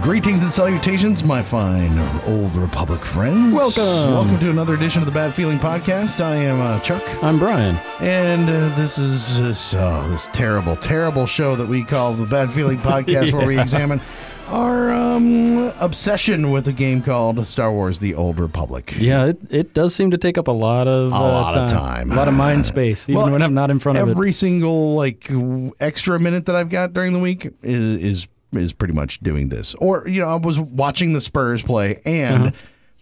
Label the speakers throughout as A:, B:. A: Greetings and salutations, my fine old Republic friends.
B: Welcome.
A: Welcome to another edition of the Bad Feeling Podcast. I am uh, Chuck,
B: I'm Brian.
A: and uh, this is this, oh, this terrible, terrible show that we call the Bad Feeling Podcast, where we examine our um, obsession with a game called Star Wars The Old Republic.
B: Yeah, it, it does seem to take up a lot of
A: A
B: uh,
A: lot
B: time,
A: of time.
B: a lot of mind space, even
A: Well,
B: when I'm not in front of it.
A: Every single like w- extra minute that I've got during the week is is, is pretty much doing this. Or you know, I was watching the Spurs play
B: Uh-huh.
A: and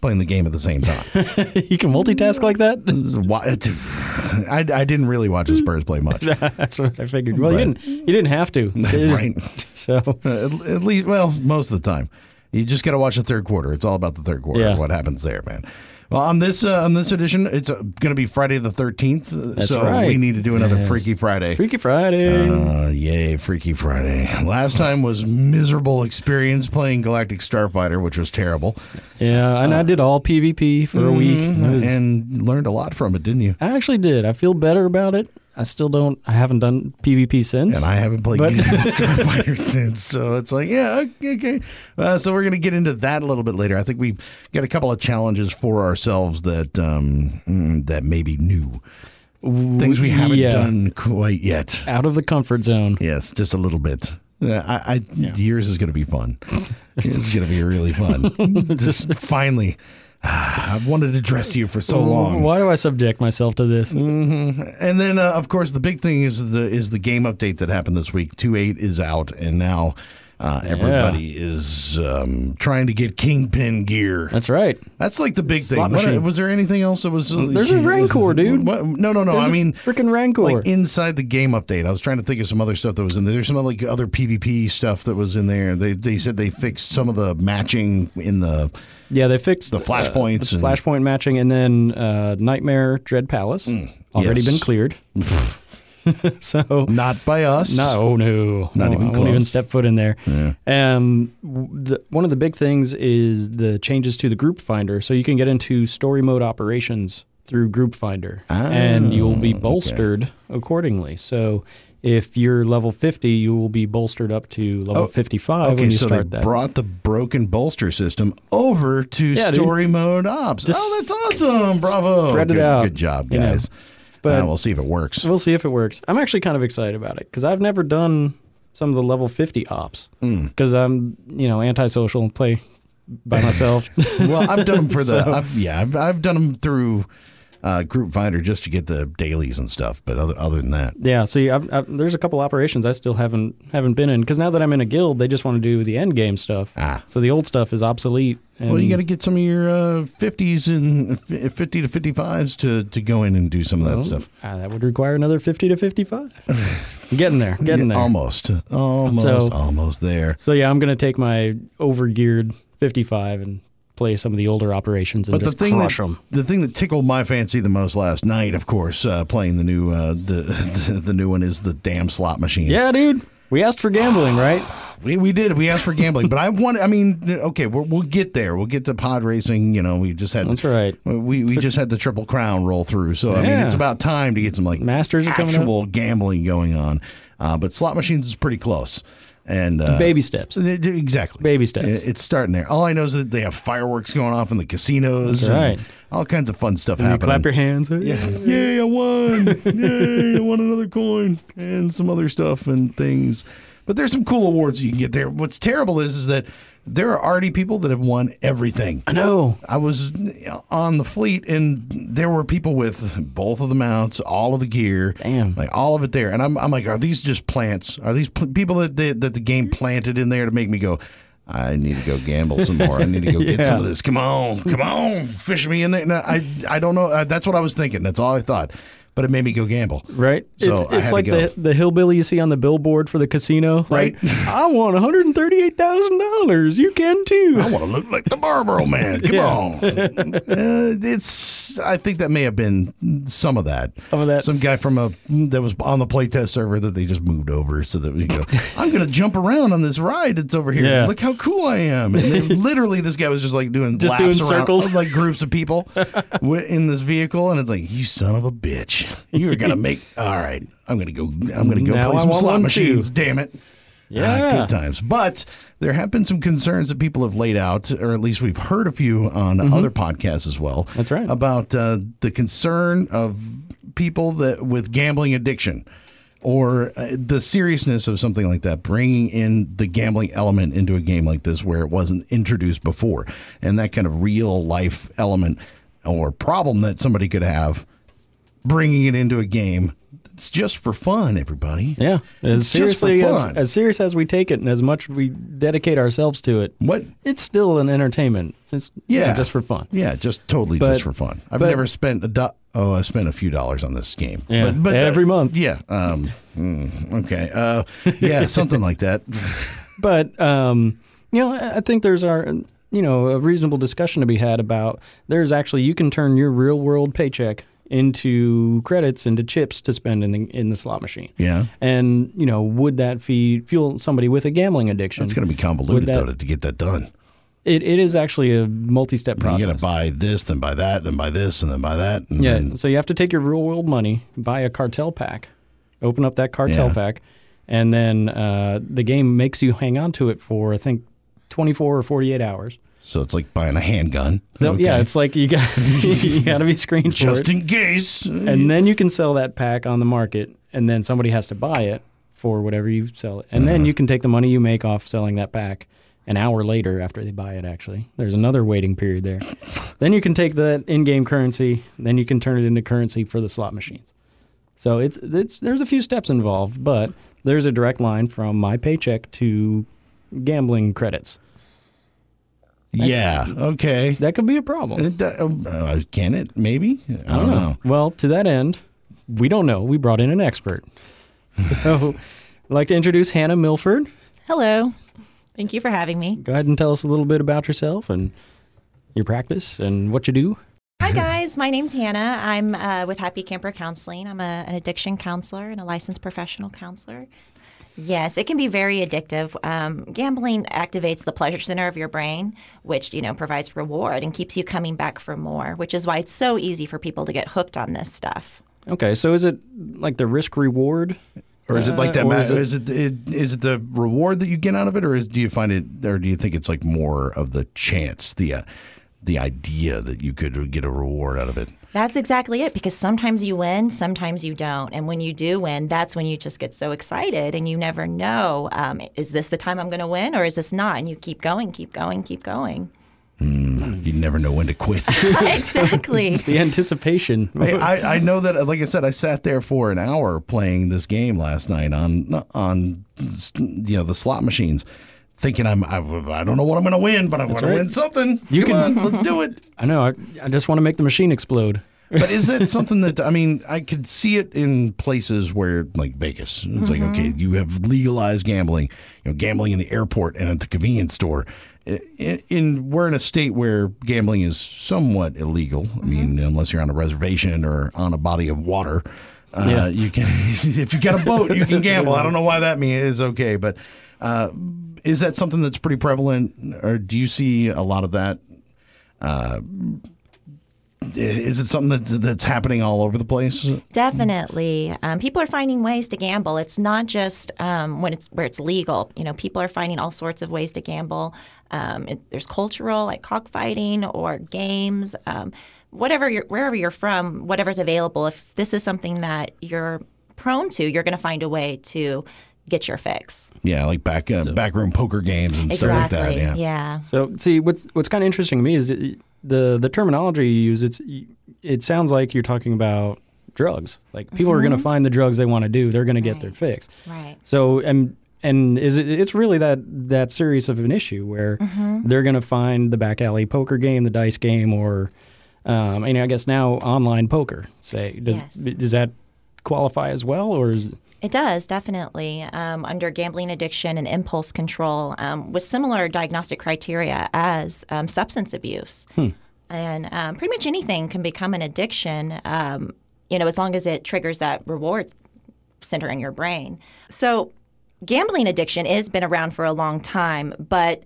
A: playing the game at the same time.
B: you can multitask like that.
A: Wa- I, I didn't really watch the Spurs play much. Uh,
B: That's what I figured. Well,
A: Right.
B: you didn't. You didn't have to,
A: Right.
B: So
A: at, at least, well, most of the time, you just got to watch the third quarter. It's all about the third quarter.
B: Yeah.
A: What happens there, man? Well, on this uh, on this edition, it's uh, going to be Friday the thirteenth. uh, So
B: right.
A: we need to do another Freaky Friday.
B: Freaky Friday.
A: Uh, yay, Freaky Friday. Last time was miserable experience playing Galactic Starfighter, which was terrible.
B: yeah, and I did all PvP for a week. It was-
A: uh, mm-hmm, And learned a lot from it, didn't you?
B: I actually did. I feel better about it. I still don't. I haven't done PvP since.
A: And I haven't played
B: But-
A: Galactic Starfighter since. So it's like, yeah, okay. okay. Uh, so we're going to get into that a little bit later. I think we've got a couple of challenges for ourselves that um, mm, that may be new. Things we haven't
B: yeah.
A: done quite yet.
B: out of the comfort zone.
A: Yes, just a little bit. Yeah, I, I yours is going to be fun. Yours is going to be really fun. just finally, I've wanted to dress you for so long. Mm.
B: Why do I subject myself to this?
A: And then, uh, of course, the big thing is the is the game update that happened this week. Two eight is out, and now uh, everybody is um, trying to get Kingpin gear.
B: That's right.
A: That's like the big
B: Slot
A: thing. What- uh,
B: machine.
A: was there anything else that was? uh,
B: There's a Rancor, dude.
A: What? No, no, no.
B: There's
A: I
B: a
A: mean,
B: frickin' Rancor.
A: Like inside the game update, I was trying to think of some other stuff that was in there. There's some like other PvP stuff that was in there. They they said they fixed some of the matching in the.
B: Yeah, they fixed
A: The flashpoints
B: the
A: and-
B: flashpoint matching, and then uh, Nightmare Dread Palace already
A: Mm, yes.
B: been cleared. so
A: Not by us.
B: no, no,
A: Not
B: no,
A: even
B: I won't even
A: close.
B: step foot in there. Um, w- the, one of the big things is the changes to the group finder, so you can get into story mode operations through group finder,
A: Ah,
B: and you'll be bolstered accordingly. So. If you're level 50, you will be bolstered up to level 55
A: Oh, Okay,
B: when you
A: so they
B: start that.
A: brought the broken bolster system over to
B: Yeah, dude.
A: story mode ops.
B: Just
A: oh, that's awesome! Bravo!
B: spread it
A: good,
B: out,
A: Good job,
B: you know.
A: guys.
B: But-
A: Uh, we'll see if it works.
B: We'll see if it works. I'm actually kind of excited about it because I've never done some of the level 50 ops
A: Hmm.
B: because I'm, you know, antisocial and play by myself.
A: well, I've done them for the
B: So-
A: I've, yeah, I've, I've done them through uh, Group Finder just to get the dailies and stuff. But other other than that,
B: yeah, see, I've, I've, there's a couple operations I still haven't haven't been in because now that I'm in a guild, they just want to do the end game stuff.
A: Ah.
B: So the old stuff is obsolete. And
A: well, you got to get some of your uh, fifties and fifty to fifty fives to to go in and do some of that stuff.
B: Ah, that would require another 50 to 55. getting there, getting there.
A: Almost, almost,
B: So-
A: almost there.
B: So yeah, I'm gonna take my over geared 55 and play some of the older operations and
A: But the
B: just
A: thing,
B: crush
A: that,
B: 'em.
A: the thing that tickled my fancy the most last night, of course, uh, playing the new uh, the, the the new one is the damn slot machines.
B: Yeah, dude. We asked for gambling, right?
A: we, we did. We asked for gambling, but I want. I mean, okay, we're, we'll get there. We'll get to pod racing. You know, we just had
B: That's right.
A: We we just had the triple crown roll through, so I mean,
B: Yeah.
A: it's about time to get some like
B: Masters are coming up.
A: actual gambling going on. Uh, but slot machines is pretty close, and uh,
B: Baby steps.
A: They do- Exactly.
B: Baby steps.
A: It- It's starting there. All I know is that they have fireworks going off in the casinos.
B: That's
A: and
B: right.
A: All kinds of fun stuff
B: You
A: happening.
B: clap your hands.
A: yeah. Yay, I won. Yay, I won another coin and some other stuff and things. But there's some cool awards you can get there. What's terrible is, is that there are already people that have won everything.
B: I know.
A: I was on the fleet, and there were people with both of the mounts, all of the gear,
B: Damn.
A: like all of it there. And I'm, I'm like, are these just plants? Are these pl- people that the, that the game planted in there to make me go? I need to go gamble some more. I need to go get some of
B: Yeah.
A: this. Come on, come on, fish me in there. No, I, I don't know. Uh, that's what I was thinking. That's all I thought. but it made me go gamble.
B: Right?
A: So
B: it's
A: I had
B: it's
A: to
B: like
A: go.
B: the, the hillbilly you see on the billboard for the casino.
A: Right.
B: Like, I want $138,000. You can
A: I
B: too.
A: want to look like the Marlboro Man. Come
B: Yeah.
A: on. Uh, it's. I think that may have been some of that.
B: Some of that.
A: Some guy from a that was on the playtest server that they just moved over so that we go. I'm gonna jump around on this ride that's over here.
B: Yeah.
A: Look how cool I am. And then literally, this guy was just like doing
B: Just
A: laps
B: doing
A: around,
B: circles.
A: like groups of people wi- in this vehicle, and it's like you son of a bitch. You're gonna make. All right, I'm gonna go. I'm gonna go
B: Now
A: play
B: I
A: some
B: want
A: slot
B: one too.
A: machines. Damn it.
B: Yeah.
A: good times. But there have been some concerns that people have laid out, or at least we've heard a few on other podcasts as well.
B: Mm-hmm. That's right.
A: About uh, the concern of people that with gambling addiction or uh, the seriousness of something like that, bringing in the gambling element into a game like this where it wasn't introduced before, and that kind of real life element or problem that somebody could have, bringing it into a game. It's just for fun, everybody.
B: Yeah. As
A: It's just for
B: seriously as,
A: fun.
B: as serious as we take it and as much we dedicate ourselves to it,
A: What
B: it's still an entertainment. It's you know,
A: Yeah.
B: just for fun.
A: Yeah, just totally
B: But-
A: just for fun. I've
B: but-
A: never spent a do- oh, I spent a few dollars on this game.
B: Yeah,
A: But, but
B: every month.
A: Yeah. Um, mm, okay. Uh, yeah, something like that.
B: But um, you know, I I think there's our you know a reasonable discussion to be had about there's actually you can turn your real world paycheck into credits into chips to spend in the in the slot machine.
A: Yeah.
B: And you know, would that feed fuel somebody with a gambling addiction?
A: It's going to be convoluted
B: that-
A: though to, to get that done.
B: it, it is actually a multi-step
A: You
B: process.
A: got to buy this, then buy that, then buy this, and then buy that. And
B: Yeah.
A: then-
B: So you have to take your real world money, buy a cartel pack, open up that cartel
A: Yeah.
B: pack, and then uh, the game makes you hang on to it for I think 24 or 48 hours.
A: so it's like buying a handgun.
B: So yeah,
A: Okay.
B: it's like you got you got to be screened for
A: just
B: it,
A: in case.
B: and then you can sell that pack on the market, and then somebody has to buy it for whatever you sell it, and
A: Uh-huh.
B: then you can take the money you make off selling that pack. An hour later, after they buy it, actually, there's another waiting period there. then you can take that in-game currency, then you can turn it into currency for the slot machines. So it's it's there's a few steps involved, but there's a direct line from my paycheck to gambling credits.
A: yeah. Okay.
B: That could be a problem.
A: It, do- uh, can it? Maybe. I don't,
B: Oh,
A: know.
B: Well, to that end, we don't know. We brought in an expert. So, I'd like to introduce Hannah Milford.
C: Hello. Thank you for having me.
B: Go ahead and tell us a little bit about yourself and your practice and what you do.
C: Hi, guys. My name's Hannah. I'm uh, with Happy Camper Counseling. I'm a, an addiction counselor and a licensed professional counselor. Yes, it can be very addictive. Um, gambling activates the pleasure center of your brain, which you know provides reward and keeps you coming back for more. Which is why it's so easy for people to get hooked on this stuff.
B: Okay, so is it like the risk reward?
A: Or is it like
B: Uh,
A: that?
B: or
A: ma-
B: is
A: is,
B: it-
A: it, it is it the reward that you get out of it, or is, do you find it, or do you think it's like more of the chance, the uh, the idea that you could get a reward out of it?
C: That's exactly it because sometimes you win, sometimes you don't. And when you do win, that's when you just get so excited and you never know um, is this the time I'm going to win or is this not? And you keep going, keep going, keep going.
B: Mm-hmm.
A: You never know when to quit.
C: exactly.
B: The anticipation.
A: I, I, I know that, like I said, I sat there for an hour playing this game last night on on you know the slot machines, thinking I'm I, I don't know what I'm going to win, but I'm going
B: right.
A: to win something.
B: You
A: Come
B: can-
A: on, let's do it.
B: I know. I, I just want to make the machine explode.
A: But is that something that I mean? I could see it in places where, like Vegas, it's like okay, you have legalized gambling, you know, gambling in the airport and at the convenience store. I- In, in we're in a state where gambling is somewhat illegal. I mean, unless you're on a reservation or on a body of water, uh,
B: Yeah.
A: you can. if you got a boat, you can gamble. I don't know why that means is okay, but uh, is that something that's pretty prevalent, or do you see a lot of that? Is it something that's that's happening all over the place?
C: Definitely, um, people are finding ways to gamble. It's not just um, when it's where it's legal. You know, people are finding all sorts of ways to gamble. Um, it, there's cultural, like cockfighting or games. Um, whatever, you're, wherever you're from, whatever's available. If this is something that you're prone to, you're going to find a way to get your fix.
A: Yeah, like back uh, backroom poker games and stuff like that. Yeah.
C: yeah.
B: So, see, what's what's kind of interesting to me is it- the the terminology you use. It's it sounds like you're talking about drugs. Like people are going to find the drugs they want to do. They're going to get their fix.
C: Right.
B: So and and is it, it's really that that serious of an issue where they're going to find the back alley poker game, the dice game, or Um, and I guess now online poker. Say, does
C: Yes.
B: does that qualify as well, or is
C: It does, definitely. Um, under gambling addiction and impulse control, um, with similar diagnostic criteria as um, substance abuse. And um, pretty much anything can become an addiction, um, you know, as long as it triggers that reward center in your brain. So, gambling addiction has been around for a long time, but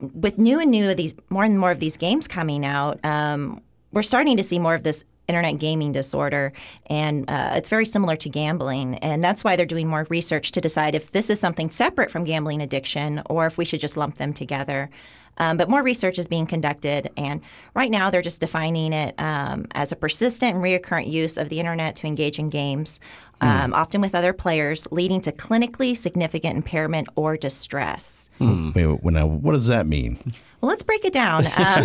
C: with new and new of these, more and more of these games coming out, um, we're starting to see more of this internet gaming disorder, and uh, it's very similar to gambling, and that's why they're doing more research to decide if this is something separate from gambling addiction or if we should just lump them together. Um, but more research is being conducted, and right now they're just defining it um, as a persistent and recurrent use of the internet to engage in games, um, often with other players, leading to clinically significant impairment or distress.
A: Hmm. Wait, wait, now, what does that mean?
C: Well, let's break it down. Um,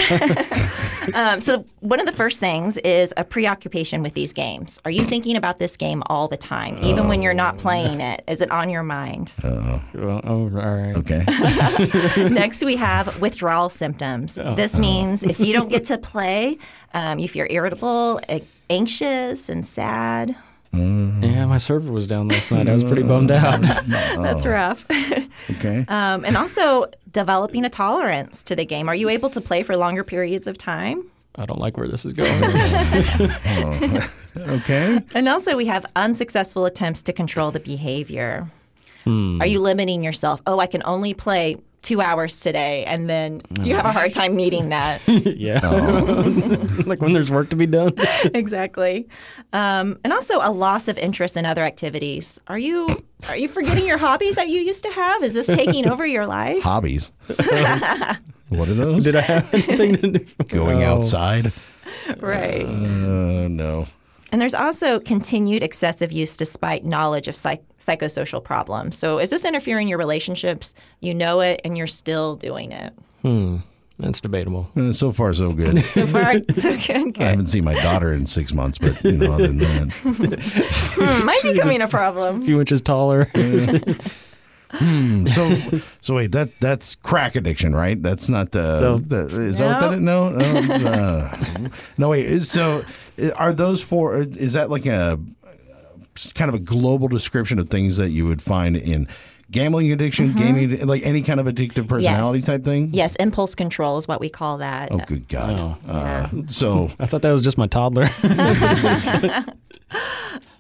C: um, so, one of the first things is a preoccupation with these games. Are you thinking about this game all the time, even when you're not playing it? Is it on your mind?
B: well, oh, all right.
A: Okay.
C: Next, we have withdrawal symptoms. this means if you don't get to play, um, if you're irritable, a- anxious, and sad.
B: Yeah, my server was down last night. I was pretty bummed out.
C: That's rough.
A: Okay.
C: Oh. um, and also, developing a tolerance to the game. Are you able to play for longer periods of time?
B: I don't like where this is going.
A: okay.
C: And also, we have unsuccessful attempts to control the behavior. Are you limiting yourself? Oh, I can only play two hours today, and then you have a hard time meeting that.
B: yeah, like when there's work to be done.
C: exactly. Um, and also, a loss of interest in other activities. Are you are you forgetting your hobbies that you used to have? Is this taking over your life?
A: Hobbies. what are those?
B: Did I have anything to do?
A: Going
B: Oh.
A: outside?
C: Right.
A: Uh, no.
C: And there's also continued excessive use despite knowledge of psych- psychosocial problems. So, is this interfering your relationships? You know it, and you're still doing it.
B: That's debatable.
A: Uh, so far, so good.
C: So far, so good.
A: I haven't seen my daughter in six months, but you know, other than that,
C: Hmm, Might be becoming a problem.
B: few inches taller.
A: Hmm, so so wait, that that's crack addiction, right? That's not uh,
B: So-
A: the is that what that is? No, no, uh, no. Wait, is- so uh, are those four? Is that like a uh, kind of a global description of things that you would find in gambling addiction, gaming, like any kind of addictive personality type thing?
C: Yes, impulse control is what we call that.
A: Oh, good God. Uh, so
B: I thought that was just my toddler.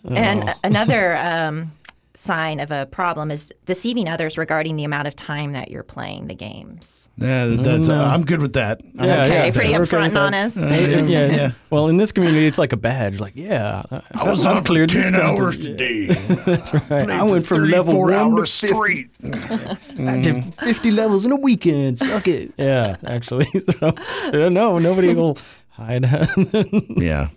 C: And a- another um, sign of a problem is deceiving others regarding the amount of time that you're playing the games.
A: yeah, that's, uh, I'm good with that. I'm
B: Mm-hmm. Yeah,
A: okay.
C: Okay,
B: yeah,
C: pretty
B: we're Mm-hmm. okay
C: upfront
B: with
C: and
B: that.
C: honest.
B: yeah.
A: yeah.
B: Well, in this community, it's like a badge. Like, yeah, uh, I,
A: I was
B: I've
A: on for
B: this
A: ten
B: quantity.
A: hours today. That's
B: right. I went from level one to 50.
A: straight.
B: I did 50 levels in a weekend. Suck it. Yeah, actually. So, yeah, no, nobody will hide.
A: yeah.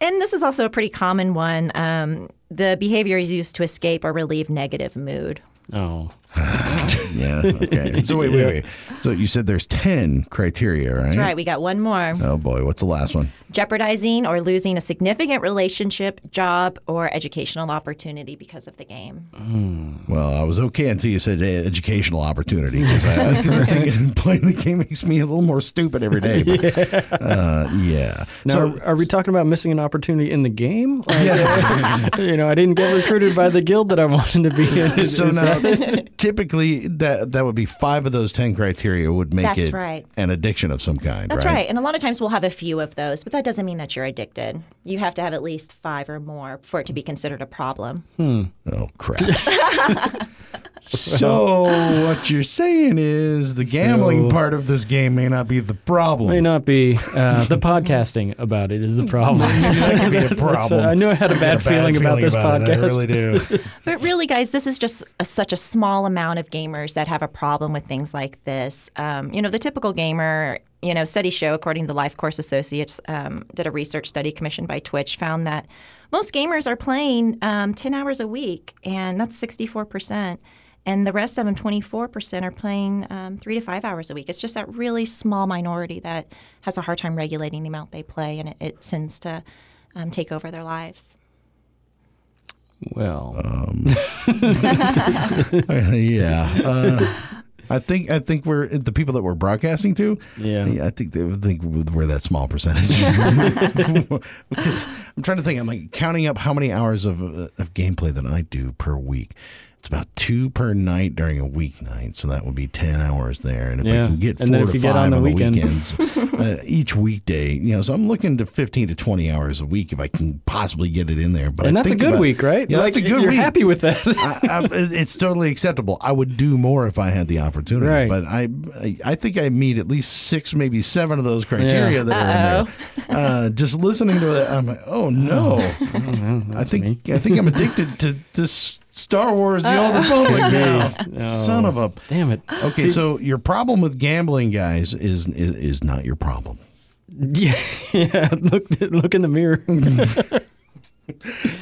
C: And this is also a pretty common one. Um, the behavior is used to escape or relieve negative mood.
B: oh,
A: Yeah. Okay. So wait, wait, wait. So you said there's ten criteria, right?
C: That's right, we got one more.
A: Oh boy, what's the last one?
C: Jeopardizing or losing a significant relationship, job, or educational opportunity because of the game.
A: Well, I was okay until you said eh, educational opportunity because I, uh, 'cause I think playing the game makes me a little more stupid every day. But, uh, yeah.
B: Now, are, are we talking about missing an opportunity in the game? Like, you know, I didn't get recruited by the guild that I wanted to be in.
A: so
B: Is
A: now,
B: that-
A: typically that that would be five of those ten criteria would make
C: That's
A: it
C: right.
A: an addiction of some kind.
C: That's right. And a lot of times we'll have a few of those, but that doesn't mean that you're addicted. You have to have at least five or more for it to be considered a problem.
A: Oh crap. so what you're saying is the gambling
B: So-
A: part of this game may not be the problem.
B: may not be uh, the podcasting about it is the problem. uh,
A: that could be a problem.
B: I knew I had a bad feeling about this
A: it, I
B: podcast.
A: really do.
C: But really, guys, this is just a, such a small amount of gamers that have a problem with things like this. Um, you know, the typical gamer, you know, studies show, according to Life Course Associates, um, did a research study commissioned by Twitch, found that most gamers are playing um, 10 hours a week, and that's 64%. And the rest of them, 24%, are playing um, three to five hours a week. It's just that really small minority that has a hard time regulating the amount they play, and it, it tends to um, take over their lives.
B: well,
A: yeah. Uh, I think I think we're the people that we're broadcasting to.
B: Yeah.
A: I think they would think we're that small percentage. because I'm trying to think. I'm like counting up how many hours of uh, of gameplay that I do per week. It's about two per night during a weeknight, so that would be ten hours there. And if I
B: Yeah.
A: can get four
B: And then
A: to
B: if you
A: five
B: get on the weekend.
A: weekends, uh, each weekday, you know, so I'm looking to fifteen to twenty hours a week if I can possibly get it in there. But
B: and
A: I
B: that's a
A: think
B: good
A: about-
B: week, right?
A: Yeah, that's a
B: Like,
A: good
B: you're
A: week.
B: happy with that.
A: I, I, it- it's totally acceptable. I would do more if I had the opportunity,
B: Right.
A: but I, I I think I meet at least six, maybe seven of those criteria that are in there. Uh, just listening to it, I'm like, oh no,
B: Mm-hmm.
A: I think I think I'm addicted to this Star Wars: The Old Republic now.
B: No.
A: Son of a.
B: Damn it.
A: Okay,
B: Oh. See-
A: so your problem with gambling, guys, is is, is not your problem.
B: yeah, yeah, look look in the mirror.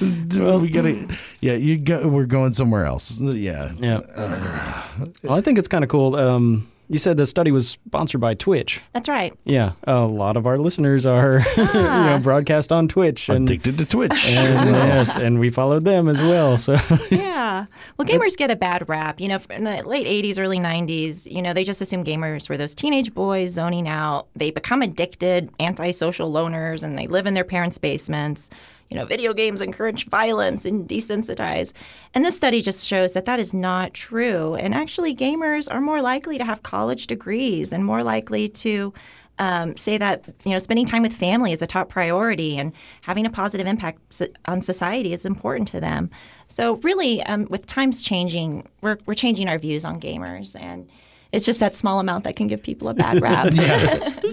A: we gotta, yeah, you go, we're going somewhere else. Yeah,
B: Yeah. well, I think it's kind of cool. Um, you said the study was sponsored by Twitch.
C: That's right.
B: Yeah, a lot of our listeners are you
C: Ah.
B: know broadcast on Twitch and
A: addicted to Twitch.
B: and- yes, and we followed them as well. So
C: yeah. Well, gamers get a bad rap. You know, in the late 80s, early 90s, you know, they just assumed gamers were those teenage boys zoning out. They become addicted, antisocial loners, and they live in their parents' basements. You know, video games encourage violence and desensitize. And this study just shows that that is not true. And actually, gamers are more likely to have college degrees and more likely to um, say that you know spending time with family is a top priority and having a positive impact so- on society is important to them. So really, um, with times changing, we're we're changing our views on gamers, and it's just that small amount that can give people a bad rap.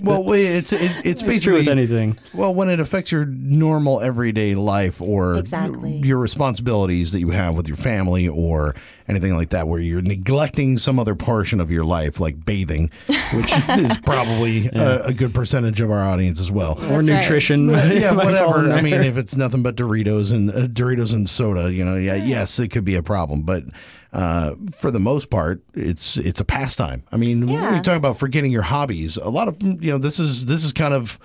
A: well, wait, it's it, it's basically
B: it's true with anything.
A: Well, when it affects your normal everyday life or
C: Exactly.
A: your responsibilities that you have with your family or anything like that, where you're neglecting some other portion of your life, like bathing, which is probably a, a good percentage of our audience as well.
B: Or
C: That's right.
B: nutrition.
A: yeah,
B: might fall in
A: whatever. I
B: there.
A: mean, if it's nothing but Doritos and uh, Doritos and soda, you know, yeah, yes, it could be a problem, but uh, for the most part, it's it's a pastime. I mean, when
C: Yeah.
A: you talk about forgetting your hobbies, a lot of you know, this is this is kind of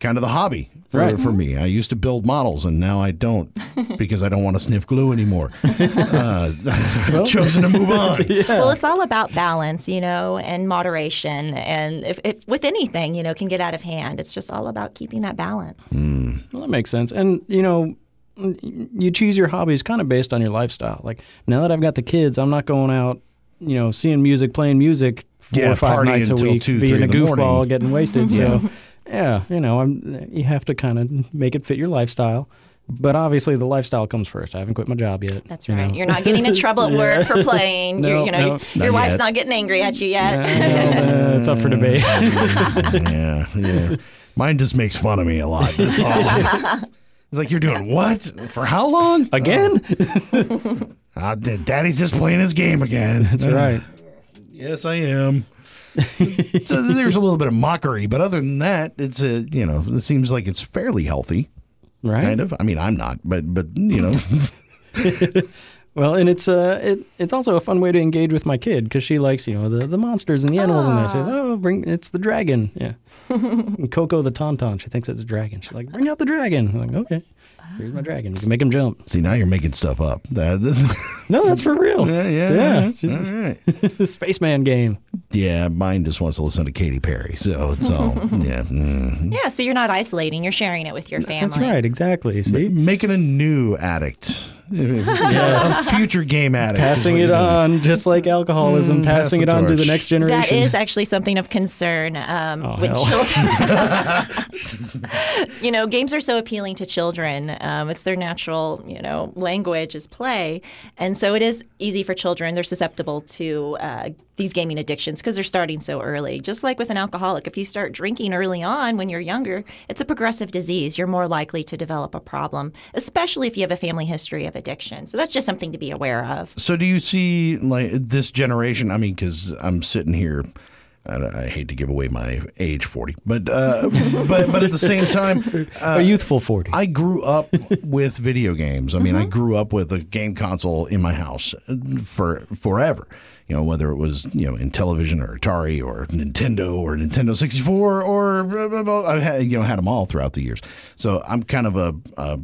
A: kind of the hobby for,
B: Right.
A: for me. I used to build models, and now I don't because I don't want to sniff glue anymore. uh, I've chosen to move on.
C: Well, it's all about balance, you know, and moderation, and if, if with anything, you know, can get out of hand. It's just all about keeping that balance.
B: Mm. Well, that makes sense. And you know, you choose your hobbies kind of based on your lifestyle. Like now that I've got the kids, I'm not going out, you know, seeing music, playing music four
A: Yeah,
B: or five
A: partying
B: nights a
A: until
B: week,
A: two,
B: being
A: three
B: a
A: in the
B: goofball,
A: morning.
B: getting wasted. So yeah, you know, I'm you have to kind of make it fit your lifestyle. But obviously, the lifestyle comes first. I haven't quit my job yet.
C: That's
B: you
C: right.
B: know.
C: You're not getting in trouble at work for playing.
B: No,
C: You're, you know,
B: no.
C: your
A: Not
C: wife's
A: yet.
C: not getting angry at you yet.
B: I know, uh, it's up for debate.
A: yeah, yeah. Mine just makes fun of me a lot. That's all. It's like you're doing what for how long
B: Again?
A: Oh, uh, D- Daddy's just playing his game again. Uh,
B: That's right.
A: Yes, I am. so there's a little bit of mockery, but other than that, it's a you know it seems like it's fairly healthy,
B: Right.
A: kind of. I mean, I'm not, but but you know,
B: Well, and it's uh, it, it's also a fun way to engage with my kid because she likes you know the, the monsters and the animals in there. She says,
C: Ah.
B: "Oh, bring it's the dragon." Yeah, and Coco the tauntaun. She thinks it's a dragon. She's like, "Bring out the dragon." I'm like, "Okay, here's my
C: Ah.
B: dragon. You can make him jump."
A: see now you're making stuff up. That-
B: No, that's for real.
A: yeah, yeah,
B: yeah.
A: All right.
B: she's- Spaceman game.
A: yeah. Mine just wants to listen to Katy Perry, so it's all yeah. mm.
C: Yeah, so you're not isolating, you're sharing it with your family.
B: That's right. Exactly. See,
A: making a new addict. a future game addict. is
B: passing
A: what
B: it
A: you're doing.
B: on, just like alcoholism,
A: Mm, pass
B: passing
A: the
B: it on to the
A: torch.
B: next generation.
C: That is actually something of concern um,
B: Oh,
C: with
B: hell.
C: children. you know, games are so appealing to children. Um, it's their natural, you know, language is play, and so it is easy for children. They're susceptible to uh, these gaming addictions because they're starting so early. Just like with an alcoholic, if you start drinking early on when you're younger, it's a progressive disease. You're more likely to develop a problem, especially if you have a family history of addiction. So that's just something to be aware of.
A: So do you see like this generation? I mean, because I'm sitting here. I, I hate to give away my age, forty, but uh, but but at the same time, uh,
B: a youthful forty.
A: I grew up with video games. I mean, I grew up with a game console in my house uh, for forever. You know, whether it was you know in television or Atari or Nintendo or Nintendo sixty four or blah, blah, blah. I had you know had them all throughout the years. So I'm kind of a, a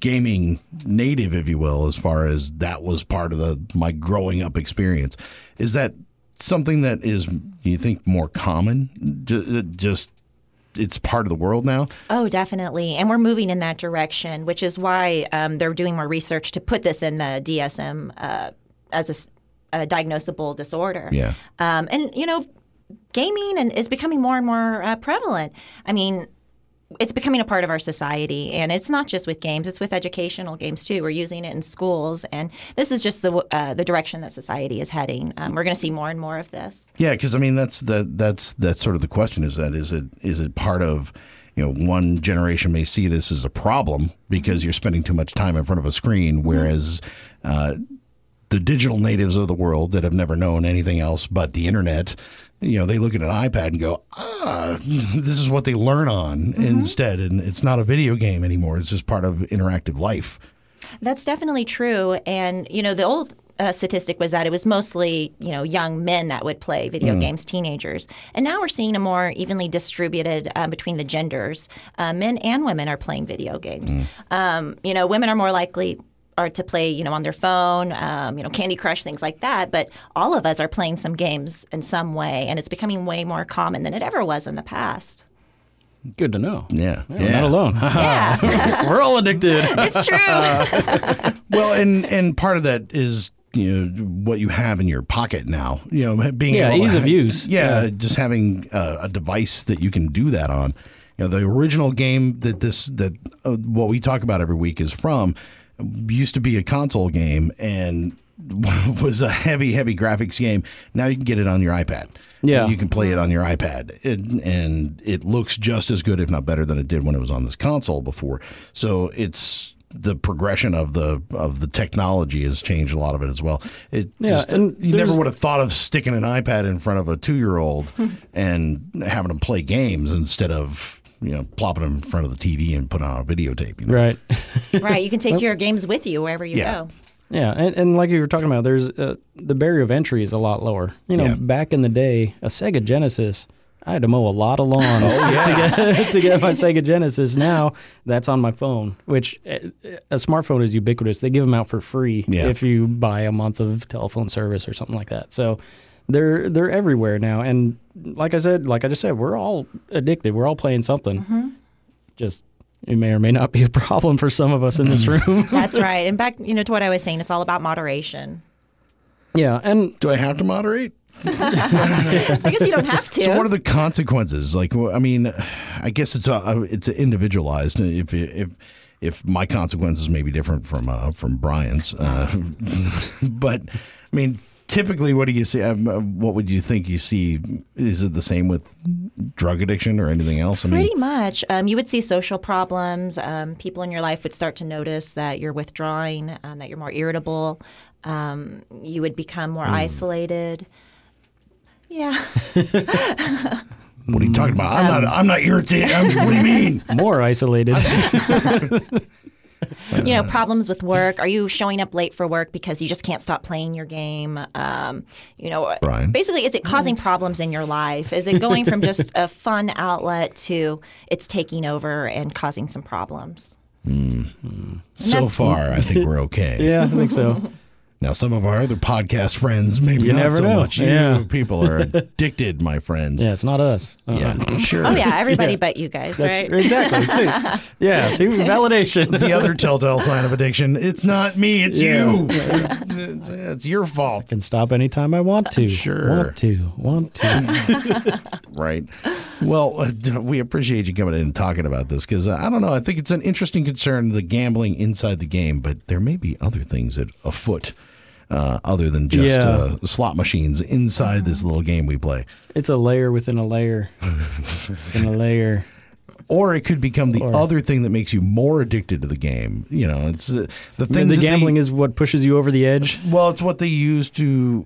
A: gaming native, if you will, as far as that was part of the my growing up experience. Is that something that is you think more common? Ju- uh, Just it's part of the world now.
C: Oh, definitely. And we're moving in that direction, which is why um, they're doing more research to put this in the DSM uh, as a, s- a diagnosable disorder.
A: Yeah.
C: Um, and, you know, gaming and is becoming more and more uh, prevalent. I mean, it's becoming a part of our society and it's not just with games it's with educational games too we're using it in schools and this is just the w- uh, the direction that society is heading um, we're going to see more and more of this
A: Yeah, because I mean that's that that's that's sort of the question is that is it is it part of you know one generation may see this as a problem because you're spending too much time in front of a screen, whereas uh, the digital natives of the world that have never known anything else but the internet, you know, they look at an iPad and go, ah, this is what they learn on instead, and it's not a video game anymore. It's just part of interactive life.
C: That's definitely true. And, you know, the old uh, statistic was that it was mostly, you know, young men that would play video games, teenagers. And now we're seeing a more evenly distributed um, between the genders. Uh, men and women are playing video games. Um, you know, women are more likely are to play, you know, on their phone, um, you know, Candy Crush, things like that. But all of us are playing some games in some way. And it's becoming way more common than it ever was in the past.
B: Good to know.
A: Yeah,
B: Yeah, We're not alone.
C: Yeah.
B: We're all addicted.
C: It's true.
A: Well, and and part of that is you know what you have in your pocket now. You know, being
B: Yeah,
A: able to
B: ease of
A: ha-
B: use.
A: Yeah,
B: Yeah.
A: just having uh, a device that you can do that on. You know, the original game that this that uh, what we talk about every week is from used to be a console game and was a heavy, heavy graphics game. Now you can get it on your iPad.
B: Yeah.
A: you can play it on your iPad, it, and it looks just as good, if not better, than it did when it was on this console before. So it's the progression of the of the technology has changed a lot of it as well. It
B: Yeah,
A: just-
B: and
A: you never
B: there's-
A: would have thought of sticking an iPad in front of a two year old and having them play games instead of you know plopping them in front of the TV and putting on a videotape. You know?
B: right.
C: right. You can take your games with you wherever you
A: Yeah.
C: go.
B: Yeah, and, and like you were talking about, there's uh, the barrier of entry is a lot lower. You know,
A: Yeah.
B: back in the day, a Sega Genesis, I had to mow a lot of lawns
A: Oh,
B: to, get, to get my Sega Genesis. Now that's on my phone, which uh, a smartphone is ubiquitous. They give them out for free
A: Yeah.
B: if you buy a month of telephone service or something like that. So they're they're everywhere now. And like I said, like I just said, we're all addicted. We're all playing something. Just it may or may not be a problem for some of us in this room.
C: That's right. And back, you know, to what I was saying, it's all about moderation.
B: yeah, and
A: Do I have to moderate?
C: I guess you don't have to.
A: So what are the consequences? Like, well, I mean, I guess it's uh it's individualized. If if if my consequences may be different from uh, from Brian's, uh, but I mean, typically, what do you see? Um, uh, what would you think you see? Is it the same with drug addiction or anything else? I mean,
C: Pretty much. Um, you would see social problems. Um, people in your life would start to notice that you're withdrawing, um, that you're more irritable. Um, you would become more
A: Hmm.
C: isolated. Yeah.
A: what are you talking about? I'm
B: Um,
A: not I'm not irritated. I'm, what do you mean?
B: more isolated.
C: you know, problems with work. Are you showing up late for work because you just can't stop playing your game? Um, you know,
A: Brian?
C: basically, is it causing problems in your life? Is it going from just a fun outlet to it's taking over and causing some problems?
A: So
C: That's-
A: far, I think we're okay.
B: Yeah, I think so.
A: Now, some of our other podcast friends, maybe
B: You
A: not
B: never
A: so
B: know.
A: much. You
B: Yeah.
A: people are addicted, my friends.
B: yeah, it's not us. Uh-uh.
A: Yeah, sure.
C: Oh yeah, everybody but you guys,
B: That's
C: right?
B: exactly. See, yeah, see validation.
A: the other telltale sign of addiction. It's not me, it's
B: Yeah.
A: you. It's, it's your fault.
B: Can stop anytime I want to.
A: Sure.
B: Want to. Want to.
A: Right. Well, uh, d- we appreciate you coming in and talking about this because uh, I don't know. I think it's an interesting concern, the gambling inside the game, but there may be other things that afoot. Uh, other than just
B: Yeah.
A: uh, slot machines inside this little game we play,
B: it's a layer within a layer. In a layer.
A: or it could become the other thing that makes you more addicted to the game. You know, it's uh, the
B: Then
A: things
B: the
A: that they-
B: gambling is what pushes you over the edge.
A: Well, it's what they use to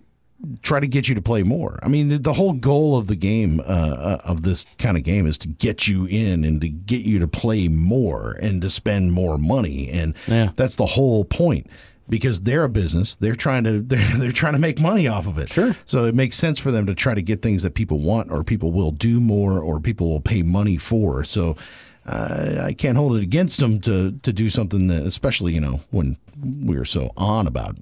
A: try to get you to play more. I mean, the, the whole goal of the game, uh, uh, of this kind of game, is to get you in and to get you to play more and to spend more money, and
B: Yeah.
A: that's the whole point. Because they're a business, they're trying to they're, they're trying to make money off of it.
B: Sure.
A: So it makes sense for them to try to get things that people want, or people will do more, or people will pay money for. So uh, I can't hold it against them to to do something that, especially you know, when we were so on about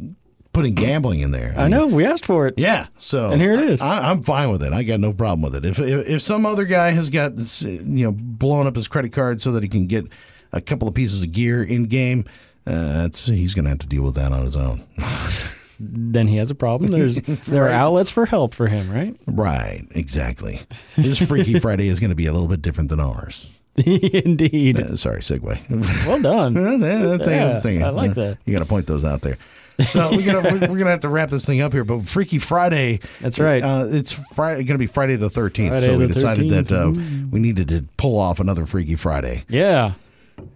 A: putting gambling in there.
B: I know we asked for it.
A: Yeah, so
B: And here it is.
A: I, I'm fine with it. I got no problem with it. If, if if some other guy has got this, you know blown up his credit card so that he can get a couple of pieces of gear in game, uh, that's, he's going to have to deal with that on his own.
B: Then he has a problem. There's there are outlets for help for him, right?
A: right? Exactly. His Freaky Friday is going to be a little bit different than ours.
B: Indeed.
A: Uh, sorry, segue.
B: Well done.
A: Yeah, that thing-
B: Yeah,
A: thing.
B: I like that.
A: You got to point those out there. So we're gonna we're, we're gonna have to wrap this thing up here. But Freaky Friday,
B: That's right.
A: Uh, it's Friday, gonna be Friday the thirteenth.
B: Friday
A: So we
B: the
A: decided
B: 13th,
A: that uh, we needed to pull off another Freaky Friday.
B: Yeah.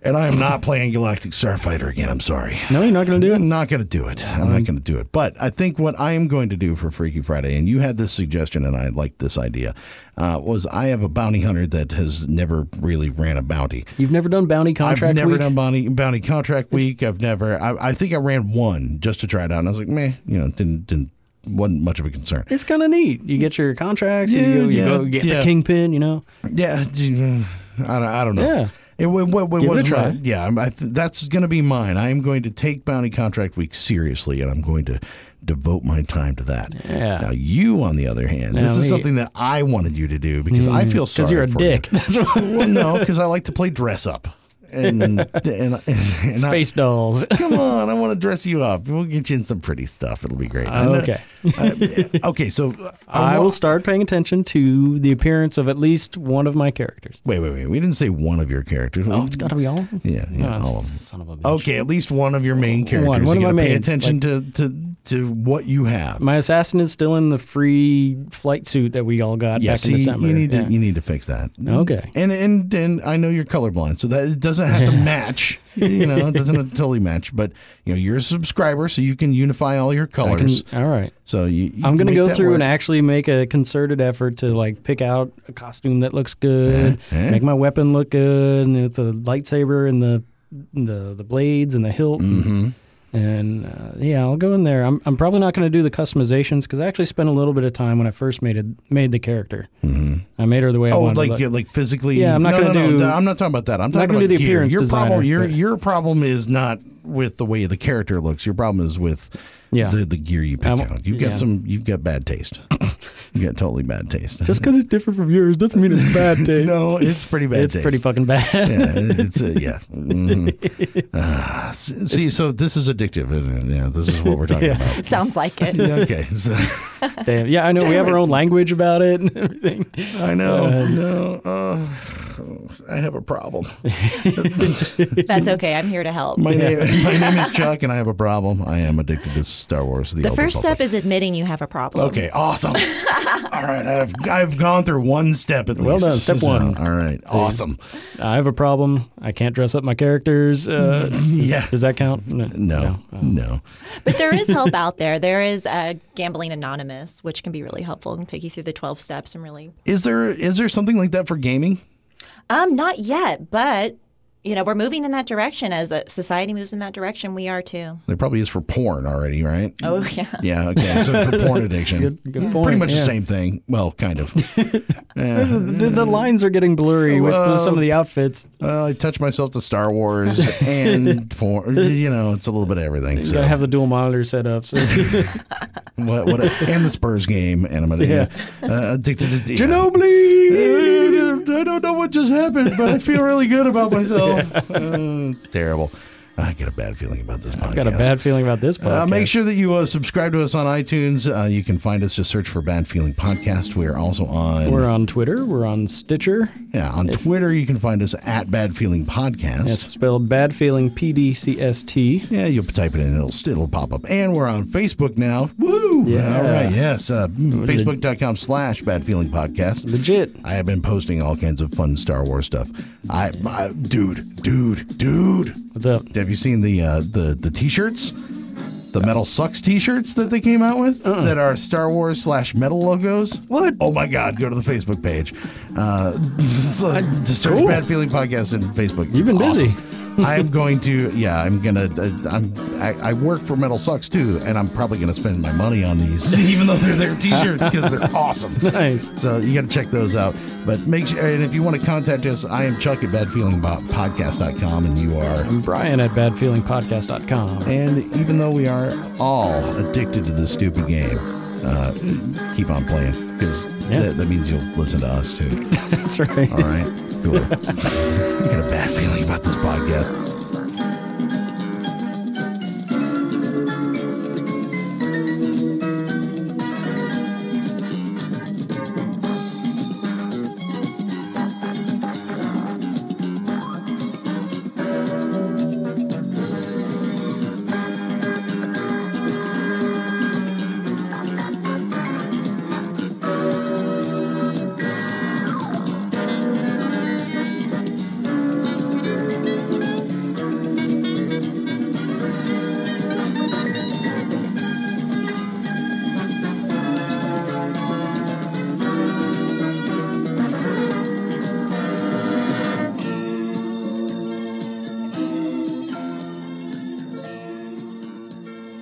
A: And I am not playing Galactic Starfighter again. I'm sorry.
B: No, you're not gonna do it.
A: I'm not gonna do it. I'm
B: Um,
A: not gonna do it. But I think what I am going to do for Freaky Friday, and you had this suggestion, and I liked this idea, uh, was I have a bounty hunter that has never really ran a bounty.
B: You've never done bounty contract
A: I've never
B: week?
A: done bounty bounty contract week. I've never. I, I think I ran one just to try it out, and I was like, meh, you know, didn't didn't wasn't much of a concern.
B: It's kind of neat. You get your contracts.
A: Yeah,
B: you go, you
A: yeah,
B: go get
A: yeah.
B: the kingpin. You know.
A: Yeah, gee, I don't, I don't know.
B: Yeah.
A: It, wa- wa- wa-
B: Give it a
A: was
B: try.
A: mine. yeah, I'm- I th- that's going to be mine. I am going to take bounty contract week seriously, and I'm going to devote my time to that.
B: Yeah.
A: Now, you, on the other hand,
B: Now
A: this is
B: me-
A: something that I wanted you to do because I feel sorry
B: Because you're a
A: for you.
B: dick. That's what.
A: Well, no, because I like to play dress up. And, and, and, and I-
B: Space dolls.
A: Come on, I want to dress you up. We'll get you in some pretty stuff. It'll be great.
B: okay.
A: I- okay, so uh, I
B: I
A: wa-
B: will start paying attention to the appearance of at least one of my characters.
A: Wait, wait, wait. We didn't say one of your characters.
B: Oh, it's got to be all. of them?
A: Yeah, yeah,
B: Oh,
A: all of them.
B: Son of a bitch.
A: Okay, at least one of your main characters.
B: one
A: you
B: of
A: got to
B: my
A: pay
B: mains,
A: attention to, to to what you have.
B: My assassin is still in the free flight suit that we all got
A: yeah,
B: back
A: see,
B: in December.
A: you need
B: yeah.
A: to you need to fix that.
B: Okay.
A: And and and I know you're colorblind, so that it doesn't have to match. You know, it doesn't totally match. But you know, you're a subscriber, so you can unify all your
B: I can-
A: colors.
B: all right.
A: so you, you
B: I'm
A: can
B: gonna
A: make
B: go
A: that
B: through
A: work.
B: and actually make a concerted effort to like pick out a costume that looks good,
A: Yeah, yeah.
B: make my weapon look good, and with the lightsaber and the the the blades and the hilt. Mm-hmm. And uh, yeah, I'll go in there. I'm, I'm probably not going to do the customizations because I actually spent a little bit of time when I first made it made the character. Mm-hmm. I made her the way I
A: Oh,
B: wanted.
A: like
B: to look.
A: yeah, like physically.
B: Yeah, I'm not
A: no,
B: gonna
A: no, no,
B: do-
A: no, I'm not talking about that. I'm
B: not
A: talking
B: gonna
A: about
B: do the
A: gear.
B: appearance
A: Your problem.
B: designer,
A: Your
B: but-
A: your problem is not with the way the character looks. Your problem is with
B: Yeah.
A: the, the gear you pick
B: I'm-
A: out. You've got
B: yeah.
A: some. You've got bad taste. you got totally bad taste.
B: Just because it's different from yours doesn't mean it's bad day.
A: no, it's pretty bad.
B: it's
A: taste.
B: pretty fucking bad.
A: yeah, it's uh, yeah. Mhm. Ah, see, see, so this is addictive, isn't it? Yeah, this is what we're talking about.
C: Sounds like it.
A: Yeah, okay, so,
B: Damn. Yeah, I know. we have our own language about it and everything.
A: I know. no, oh, I have a problem.
C: That's okay. I'm here to help.
A: My, name, my name is Chuck, and I have a problem. I am addicted to Star Wars. The,
C: the
A: Old
C: first
A: Republic.
C: step is admitting you have a problem.
A: Okay, awesome. All right, I've I've gone through one step at
B: Well
A: least.
B: done, step
A: So,
B: one.
A: All right, awesome.
B: I have a problem. I can't dress up my characters. Uh, does-
A: Yeah.
B: Does that count? No.
A: No, no.
C: But there is help out there. There is uh, Gambling Anonymous, which can be really helpful and take you through the 12 steps and really.
A: Is there is there something like that for gaming?
C: Um, not yet, but you know, we're moving in that direction. As the society moves in that direction, we are too.
A: There probably is for porn already, right?
C: Oh yeah.
A: Yeah, okay. So for porn addiction,
B: Good- good
A: pretty
B: point,
A: much the
B: yeah.
A: same thing. Well, kind of.
B: The, the lines are getting blurry with the- some of the outfits.
A: Uh, I touch myself to Star Wars and porn. You know, it's a little bit of everything.
B: You gotta
A: So
B: have the dual monitor set up. So.
A: what, what, and the Spurs game, and I'm
B: Yeah.
A: uh, addicted to. yeah.
B: Ginobili!
A: I don't know what just happened, but I feel really good about myself. Uh, it's terrible. I get a bad feeling about this podcast.
B: Got a bad feeling about this podcast.
A: Uh, make sure that you uh, subscribe to us on iTunes. Uh, you can find us just search for Bad Feeling Podcast. We are also on
B: We're on Twitter. We're on Stitcher.
A: yeah on Twitter. You can find us at Bad Feeling Podcast.
B: It's spelled bad feeling P D C S T.
A: Yeah, you'll type it in, it'll it'll pop up. And we're on Facebook now. Woo!
B: Yeah.
A: All right. Yes. Uh, Facebook.com slash Bad Feeling Podcast.
B: Legit.
A: I have been posting all kinds of fun Star Wars stuff. I, I dude, dude, dude.
B: What's up?
A: Have you seen the uh, the the t-shirts? The metal sucks t-shirts that they came out with that are Star Wars slash metal logos. Uh-uh. What? Oh my God! Go to the Facebook page. Uh, so just search
B: cool.
A: Bad Feeling Podcast in Facebook.
B: You've been
A: It's
B: busy.
A: awesome. I'm going to, yeah, I'm gonna, uh, I'm, I, I work for Metal Sucks too, and I'm probably gonna spend my money on these, even though they're their T-shirts because they're awesome.
B: Nice.
A: So you got to check those out. But make sure, and if you want to contact us, I am Chuck at badfeelingpodcast.com, and you are.
B: Brian at badfeelingpodcast.com.
A: And even though we are all addicted to this stupid game, uh, keep on playing because
B: Yeah.
A: that, that means you'll listen to us too.
B: That's right.
A: All right, cool. I got a bad feeling about this podcast.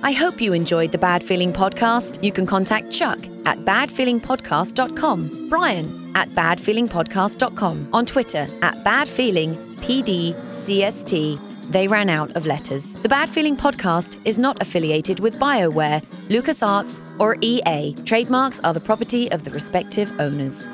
D: I hope you enjoyed the Bad Feeling Podcast. You can contact Chuck at badfeelingpodcast.com, Brian at badfeelingpodcast.com, on Twitter at badfeelingpdcst. They ran out of letters. The Bad Feeling Podcast is not affiliated with E BioWare, LucasArts, or EA. Trademarks are the property of the respective owners.